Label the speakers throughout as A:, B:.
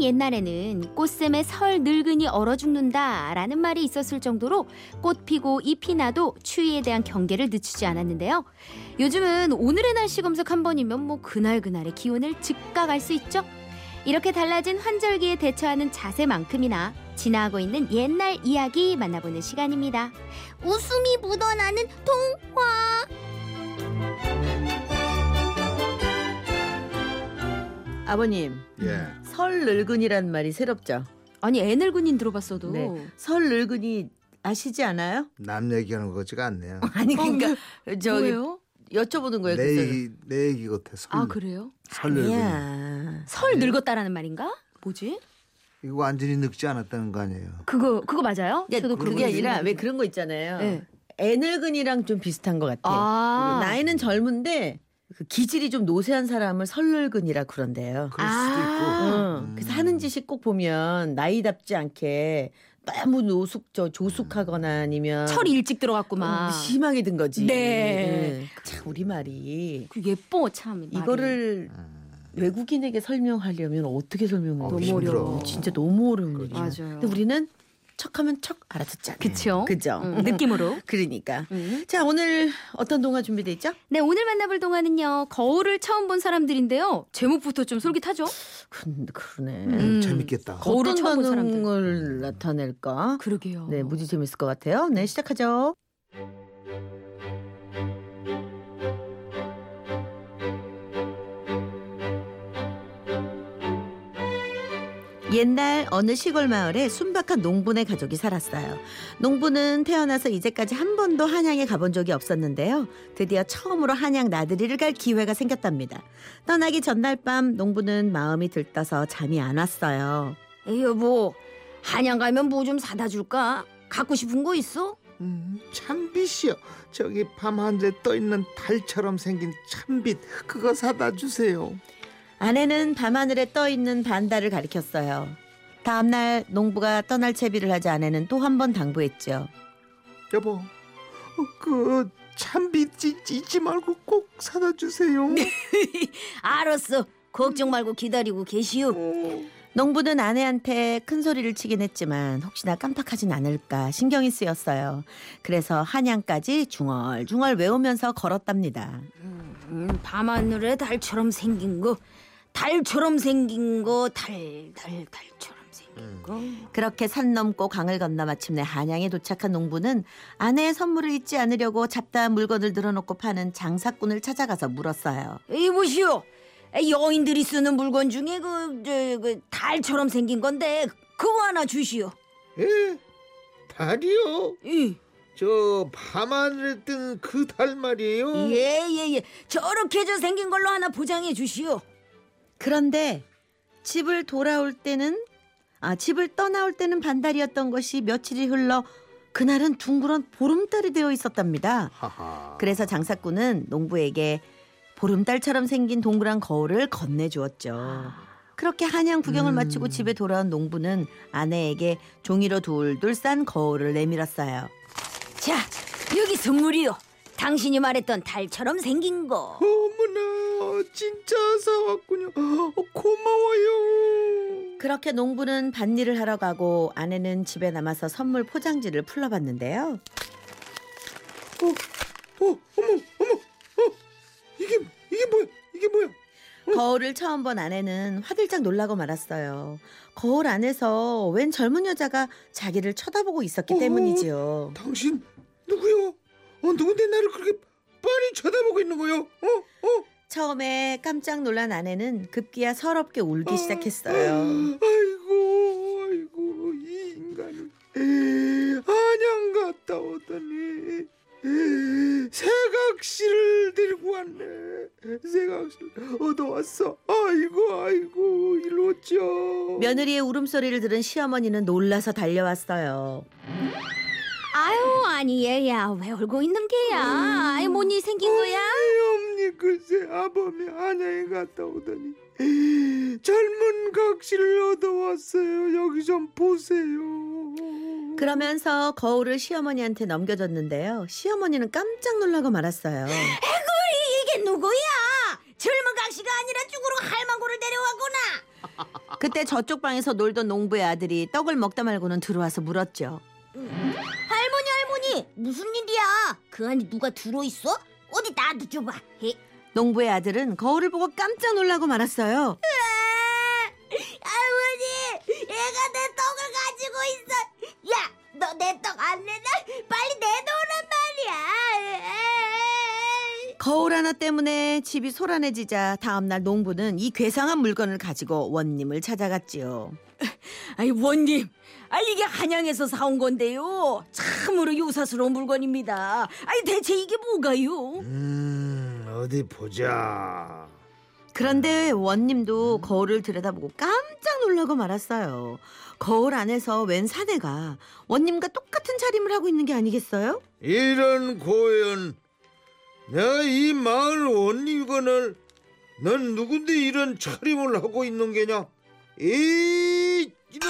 A: 옛날에는 꽃샘에 설 늙은이 얼어 죽는다라는 말이 있었을 정도로 꽃 피고 잎이 나도 추위에 대한 경계를 늦추지 않았는데요. 요즘은 오늘의 날씨 검색 한 번이면 뭐 그날 그날의 기온을 즉각 알 수 있죠. 이렇게 달라진 환절기에 대처하는 자세만큼이나 지나가고 있는 옛날 이야기 만나보는 시간입니다.
B: 웃음이 묻어나는 통화.
C: 아버님
D: 예.
C: 설 늙은이란 말이 새롭죠.
A: 아니 애늙은인 들어봤어도
C: 네. 설 늙은이 아시지 않아요?
D: 남 얘기하는 거 같지가 않네요.
C: 아니 그러니까 저기
A: 어, 네. 뭐예요?
C: 여쭤보는 거예요.
D: 내
C: 그래서. 예.
D: 얘기 내 얘기 같아. 설,
A: 아 그래요?
D: 설레고.
C: 아니야.
A: 설 늙었다라는 말인가? 뭐지?
D: 이거 완전히 늙지 않았다는 거 아니에요.
A: 그거 그거 맞아요?
C: 그러니까
A: 저도
C: 그게
A: 예, 그거
C: 아니라 왜
A: 모르겠는데.
C: 그런 거 있잖아요.
A: 네.
C: 애 늙은이랑 좀 비슷한 것 같아. 요
A: 아
C: 나이는 젊은데 그 기질이 좀 노쇠한 사람을 설 늙은이라 그런대요.
D: 그럴
A: 아.
D: 수도 있고.
C: 응. 그래서 하는 짓이 꼭 보면 나이답지 않게 너무 노숙 저 조숙하거나 아니면
A: 철이 일찍 들어갔구만.
C: 너무 심하게 든 거지.
A: 네.
C: 응. 참 우리 말이
A: 그 예뻐 참. 말이.
C: 이거를
D: 예. 음,
C: 외국인에게 설명하려면 어떻게 설명을
D: 어,
C: 해요?
A: 너무
D: 힘들어.
A: 어려워. 그렇죠.
C: 진짜 너무 어려운 일이야.
A: 맞아요.
C: 근데 우리는 척하면 척 알아듣잖아.
A: 그쵸?
C: 그죠.
A: 음, 느낌으로.
C: 그러니까.
A: 음.
C: 자 오늘 어떤 동화 준비돼 있죠?
A: 네 오늘 만나볼 동화는요 거울을 처음 본 사람들인데요 제목부터 좀 솔깃하죠?
C: 그, 그러네.
A: 음.
D: 재밌겠다.
A: 거- 거울을
C: 어떤
A: 처음 본
C: 반응을 나타낼까?
A: 그러게요.
C: 네, 무지 재밌을 것 같아요. 네, 시작하죠. 옛날 어느 시골 마을에 순박한 농부네 가족이 살았어요. 농부는 태어나서 이제까지 한 번도 한양에 가본 적이 없었는데요. 드디어 처음으로 한양 나들이를 갈 기회가 생겼답니다. 떠나기 전날 밤 농부는 마음이 들떠서 잠이 안 왔어요.
A: 에이, 여보 한양 가면 뭐 좀 사다 줄까? 갖고 싶은 거 있어?
D: 음, 참빛이요. 저기 밤하늘에 떠 있는 달처럼 생긴 참빛 그거 사다 주세요.
C: 아내는 밤하늘에 떠 있는 반달을 가리켰어요. 다음 날 농부가 떠날 채비를 하자 아내는 또 한 번 당부했죠.
D: 여보, 어, 그 참빛 잊- 잊지 말고 꼭 사다 주세요.
A: 알았어 걱정 말고 기다리고 계시오.
D: 어.
C: 농부는 아내한테 큰 소리를 치긴 했지만 혹시나 깜빡하진 않을까 신경이 쓰였어요. 그래서 한양까지 중얼중얼 외우면서 걸었답니다.
A: 음, 밤하늘에 달처럼 생긴 거 달처럼 생긴 거달달 달, 달처럼 생긴 거.
C: 그렇게 산 넘고 강을 건너 마침내 한양에 도착한 농부는 아내의 선물을 잊지 않으려고 잡다한 물건을 늘어놓고 파는 장사꾼을 찾아가서 물었어요.
A: 이보시오. 여인들이 쓰는 물건 중에 그, 저, 그 달처럼 생긴 건데 그거 하나 주시오.
D: 예, 달이요.
A: 예,
D: 저 밤하늘에 뜬 그 달 말이에요.
A: 예, 예. 저렇게 저 생긴 걸로 하나 보장해 주시오.
C: 그런데 집을 돌아올 때는 아 집을 떠나올 때는 반달이었던 것이 며칠이 흘러 그날은 둥그런 보름달이 되어 있었답니다.
D: 하하.
C: 그래서 장사꾼은 농부에게 보름달처럼 생긴 동그란 거울을 건네주었죠. 그렇게 한양 구경을 마치고 집에 돌아온 농부는 아내에게 종이로 둘둘 싼 거울을 내밀었어요.
A: 자, 여기 선물이요. 당신이 말했던 달처럼 생긴 거.
D: 어머나 진짜 사왔군요. 어, 고마워요.
C: 그렇게 농부는 밭일을 하러 가고 아내는 집에 남아서 선물 포장지를 풀러봤는데요.
D: 어 어머 어머 어 이게 이게 뭐야 이게 뭐야?
C: 거울을 처음 본 아내는 화들짝 놀라고 말았어요. 거울 안에서 웬 젊은 여자가 자기를 쳐다보고 있었기
D: 어,
C: 때문이지요.
D: 당신 누구요? 어 누군데 나를 그렇게 빤히 쳐다보고 있는 거요? 어 어.
C: 처음에 깜짝 놀란 아내는 급기야 서럽게
D: 어.
C: 울기 시작했어요.
D: 아, 아이고 아이고 이 인간이 안양 갔다 오더니 새각시를 데리고 왔네. 새각시를 얻어왔어. 아이고 아이고 일로 오죠.
C: 며느리의 울음소리를 들은 시어머니는 놀라서 달려왔어요.
A: 아유, 아니 얘야. 왜 울고 있는 게야? 아이, 뭔일 생긴 거야?
D: 어머니 글쎄 아범이 안양에 갔다 오더니 젊은 각시를 얻어왔어요. 여기 좀 보세요.
C: 그러면서 거울을 시어머니한테 넘겨줬는데요. 시어머니는 깜짝 놀라고 말았어요.
A: 이게 누구야? 젊은 각시가 아니라 쭈구로 할망구를 데려왔구나.
C: 그때 저쪽 방에서 놀던 농부의 아들이 떡을 먹다 말고는 들어와서 물었죠.
A: 할머니 할머니 무슨 일이야? 그 안에 누가 들어있어? 어디 나도 줘봐. 헤.
C: 농부의 아들은 거울을 보고 깜짝 놀라고 말았어요.
A: 할머니 얘가 내 떡을 가지고 있어. 야 너 내 떡 안 내놔? 빨리 내놓으란 말이야.
C: 거울 하나 때문에 집이 소란해지자 다음날 농부는 이 괴상한 물건을 가지고 원님을 찾아갔지요.
E: 아이 원님, 아 이게 한양에서 사온 건데요. 참으로 유사스러운 물건입니다. 아이 대체 이게 뭐가요?
D: 음 어디 보자.
C: 그런데 원님도 거울을 들여다보고 깜짝 놀라고 말았어요. 거울 안에서 웬 사내가 원님과 똑같은 차림을 하고 있는 게 아니겠어요?
D: 이런 고연 내가 이 마을 원리건을 넌 누군데 이런 차림을 하고 있는 게냐 이 이놈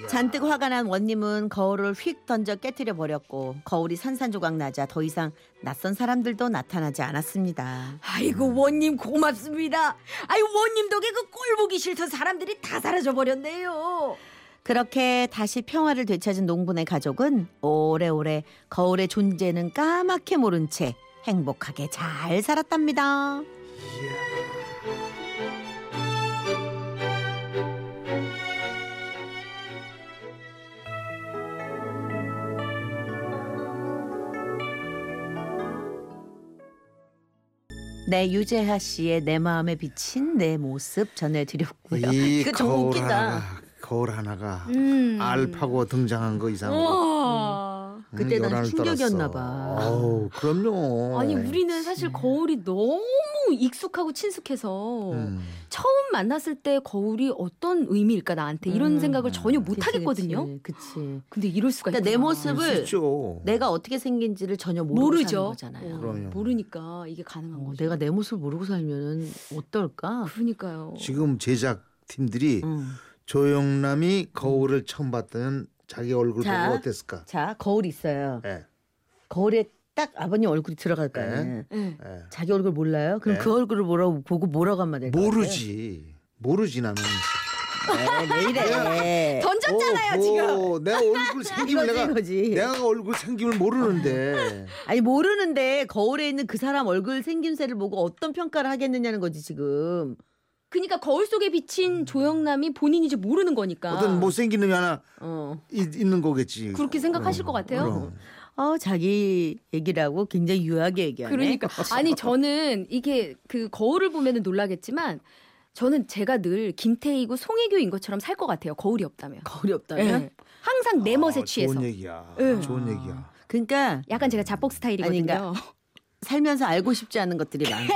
C: 네. 잔뜩 화가 난 원님은 거울을 휙 던져 깨뜨려 버렸고 거울이 산산조각 나자 더 이상 낯선 사람들도 나타나지 않았습니다.
E: 아이고 원님 고맙습니다. 아이 원님 덕에 그 꼴보기 싫던 사람들이 다 사라져 버렸네요.
C: 그렇게 다시 평화를 되찾은 농부네 가족은 오래오래 거울의 존재는 까맣게 모른 채 행복하게 잘 살았답니다. 네, 유재하 씨의 내 마음에 비친 내 모습 전해드렸고요.
D: 이
C: 그거 좀
D: 거울
C: 웃기다.
D: 하나가 거울 하나가
F: 음.
D: 알파고 등장한 거
C: 어.
D: 이상으로
E: 와.
D: 음,
C: 그때 난
D: 요란을 떨었어.
C: 충격이었나 봐.
D: 어우 그럼요 네.
F: 아니 우리는 사실 거울이 너무 익숙하고 친숙해서
D: 음.
F: 처음 만났을 때 거울이 어떤 의미일까 나한테 이런
C: 음.
F: 생각을 전혀 못 하겠거든요. 아,
C: 그치.
F: 근데 이럴 수가 있구나.
C: 그러니까 내
D: 아,
C: 모습을
D: 있죠
C: 내가 어떻게 생긴지를 전혀 모르고 사는
F: 모르죠.
C: 거잖아요.
F: 어,
D: 그럼요.
F: 모르니까 이게 가능한
C: 어,
F: 거죠.
C: 내가 내 모습을 모르고 살면은 어떨까?
F: 그러니까요.
D: 지금 제작 팀들이
C: 음.
D: 조영남이 거울을 처음 봤더니 자기 얼굴
C: 자.
D: 보고 어땠을까
C: 자, 거울 있어요.
D: 예,
C: 거울에 딱 아버님 얼굴이 들어갈 거예요.
F: 예.
D: 예.
C: 자기 얼굴 몰라요? 그럼
D: 네.
C: 그 얼굴을 뭐라고 보고 뭐라고 한마디 할까요?
D: 모르지 모르지 나는
C: 네, 왜 이래?
E: 던졌잖아요
D: 오,
E: 지금.
D: 오, 어, 뭐, 내 얼굴 생김을
C: 이거지
D: 내가
C: 이거지.
D: 내가 얼굴 생김을 모르는데
C: 아니 모르는데 거울에 있는 그 사람 얼굴 생김새를 보고 어떤 평가를 하겠느냐는 거지 지금.
F: 그러니까 거울 속에 비친 조영남이 본인인지 모르는 거니까.
D: 음. 어떤 못생긴 놈이 하나
C: 어.
D: 있, 있는 거겠지.
F: 아.
D: 어,
F: 그렇게 생각하실 것 같아요?
D: 그럼.
C: 어 자기 얘기라고 굉장히 유하게 얘기하네. 어,
F: 그러니까 아니 저는 이게 그 거울을 보면은 놀라겠지만 저는 제가 늘 김태희고 송혜교인 것처럼 살 것 같아요. 거울이 없다면.
C: 거울이 없다면.
F: 예. 항상 내 멋에
D: 아,
F: 취해서.
D: 좋은 얘기야.
F: 예.
D: 좋은 얘기야.
C: 그러니까
F: 약간 제가 자뻑 스타일이거든요.
C: 아닌가? 살면서 알고 싶지 않은 것들이 많아.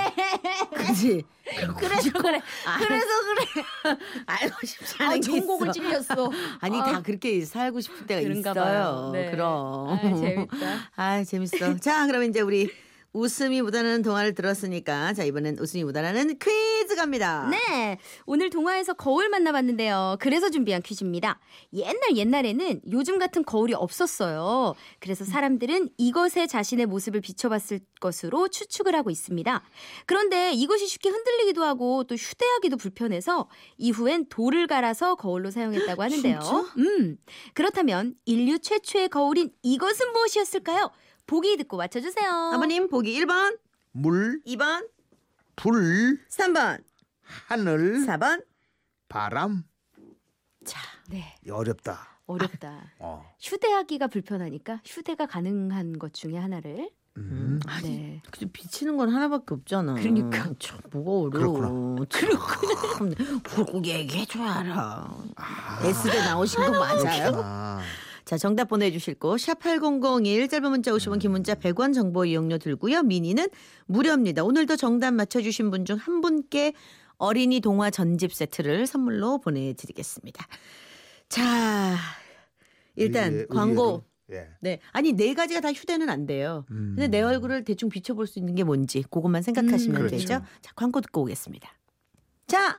C: 그지? 그래서 그래. 아, 그래서 그래. 알고 싶지 않은
F: 아,
C: 게
F: 전곡을
C: 있어.
F: 찔렸어.
C: 아니
F: 아.
C: 다 그렇게 살고 싶을 때가
F: 그런가
C: 있어요.
F: 봐요. 네.
C: 그럼.
F: 아, 재밌다.
C: 아 재밌어. 자 그럼 이제 우리 웃음이 묻어나는 동화를 들었으니까 자 이번엔 웃음이 묻어나는 퀴즈 갑니다.
F: 네. 오늘 동화에서 거울 만나봤는데요. 그래서 준비한 퀴즈입니다. 옛날 옛날에는 요즘 같은 거울이 없었어요. 그래서 사람들은 이것에 자신의 모습을 비춰봤을 것으로 추측을 하고 있습니다. 그런데 이것이 쉽게 흔들리기도 하고 또 휴대하기도 불편해서 이후엔 돌을 갈아서 거울로 사용했다고 하는데요. 음. 그렇다면 인류 최초의 거울인 이것은 무엇이었을까요? 보기 듣고 맞춰주세요.
C: 아버님 보기 1번,
D: 물,
C: 2번,
D: 불,
C: 3번,
D: 하늘,
C: 4번.
F: 음.
D: 바람.
F: 네.
D: 어렵다.
F: 어렵다.
D: 어.
F: 휴대하기가 불편하니까 휴대가 가능한 것 중에 하나를
D: 음.
F: 네.
C: 근데 비치는 건 하나밖에 없잖아.
F: 그러니까.
C: 참 뭐가 어려워. 그렇구나. 그렇고 얘기해줘야 알아.
D: 아,
C: S대 나오신 거 맞아요?
D: 그렇구나.
C: 자, 정답 보내주실 거, 샵8001, 짧은 문자 50원, 긴 문자 100원 정보 이용료 들고요. 미니는 무료입니다. 오늘도 정답 맞춰주신 분 중 한 분께 어린이 동화 전집 세트를 선물로 보내드리겠습니다. 자, 일단
D: 의외-
C: 광고.
D: 의외로. 예.
C: 네. 아니, 네 가지가 다 휴대는 안 돼요.
D: 음.
C: 근데 내 얼굴을 대충 비춰볼 수 있는 게 뭔지, 그것만 생각하시면
F: 음,
D: 그렇죠.
C: 되죠. 자, 광고 듣고 오겠습니다. 자,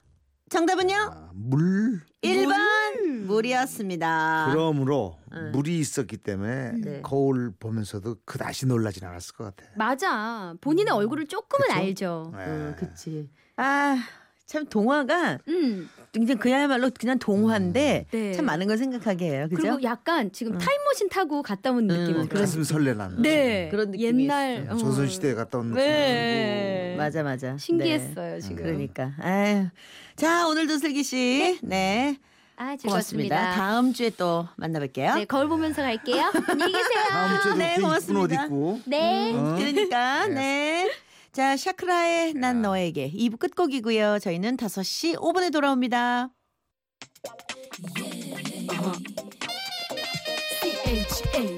C: 정답은요?
D: 아, 물.
C: 1번! 물이었습니다.
D: 음. 그러므로
C: 음.
D: 물이 있었기 때문에
C: 아. 네.
D: 거울 보면서도 그다시 놀라진 않았을 것 같아.
F: 맞아 본인의 얼굴을 조금은
D: 그쵸?
F: 알죠.
D: 예.
C: 어, 그치. 아, 참 동화가
F: 음.
C: 굉장히 그야말로 그냥 동화인데
F: 네.
C: 참 많은 걸 생각하게 해요.
F: 그리
C: 그죠?
F: 고 약간 지금 타임머신 타고 갔다 온 느낌으로.
D: 가슴 설레는. 음.
F: 네.
C: 그런 느낌이
F: 옛날 어.
D: 조선 시대에 갔다 온
F: 네.
C: 맞아 맞아. 네.
F: 신기했어요 지금.
C: 그러니까. 아유. 자, 오늘도 슬기 씨. 네.
F: 아 즐거웠습니다.
C: 고맙습니다. 다음 주에 또 만나뵐게요.
F: 네 거울 보면서 갈게요. 안녕히 계세요.
D: 다음 주에도
C: 네,
D: 그 이쁜 옷
C: 고맙습니다.
D: 입고.
F: 네.
D: 어?
C: 그러니까 네. 자, 샤크라의 난 너에게 2부 끝곡이고요. 저희는 5시 5분에 돌아옵니다.
E: CHA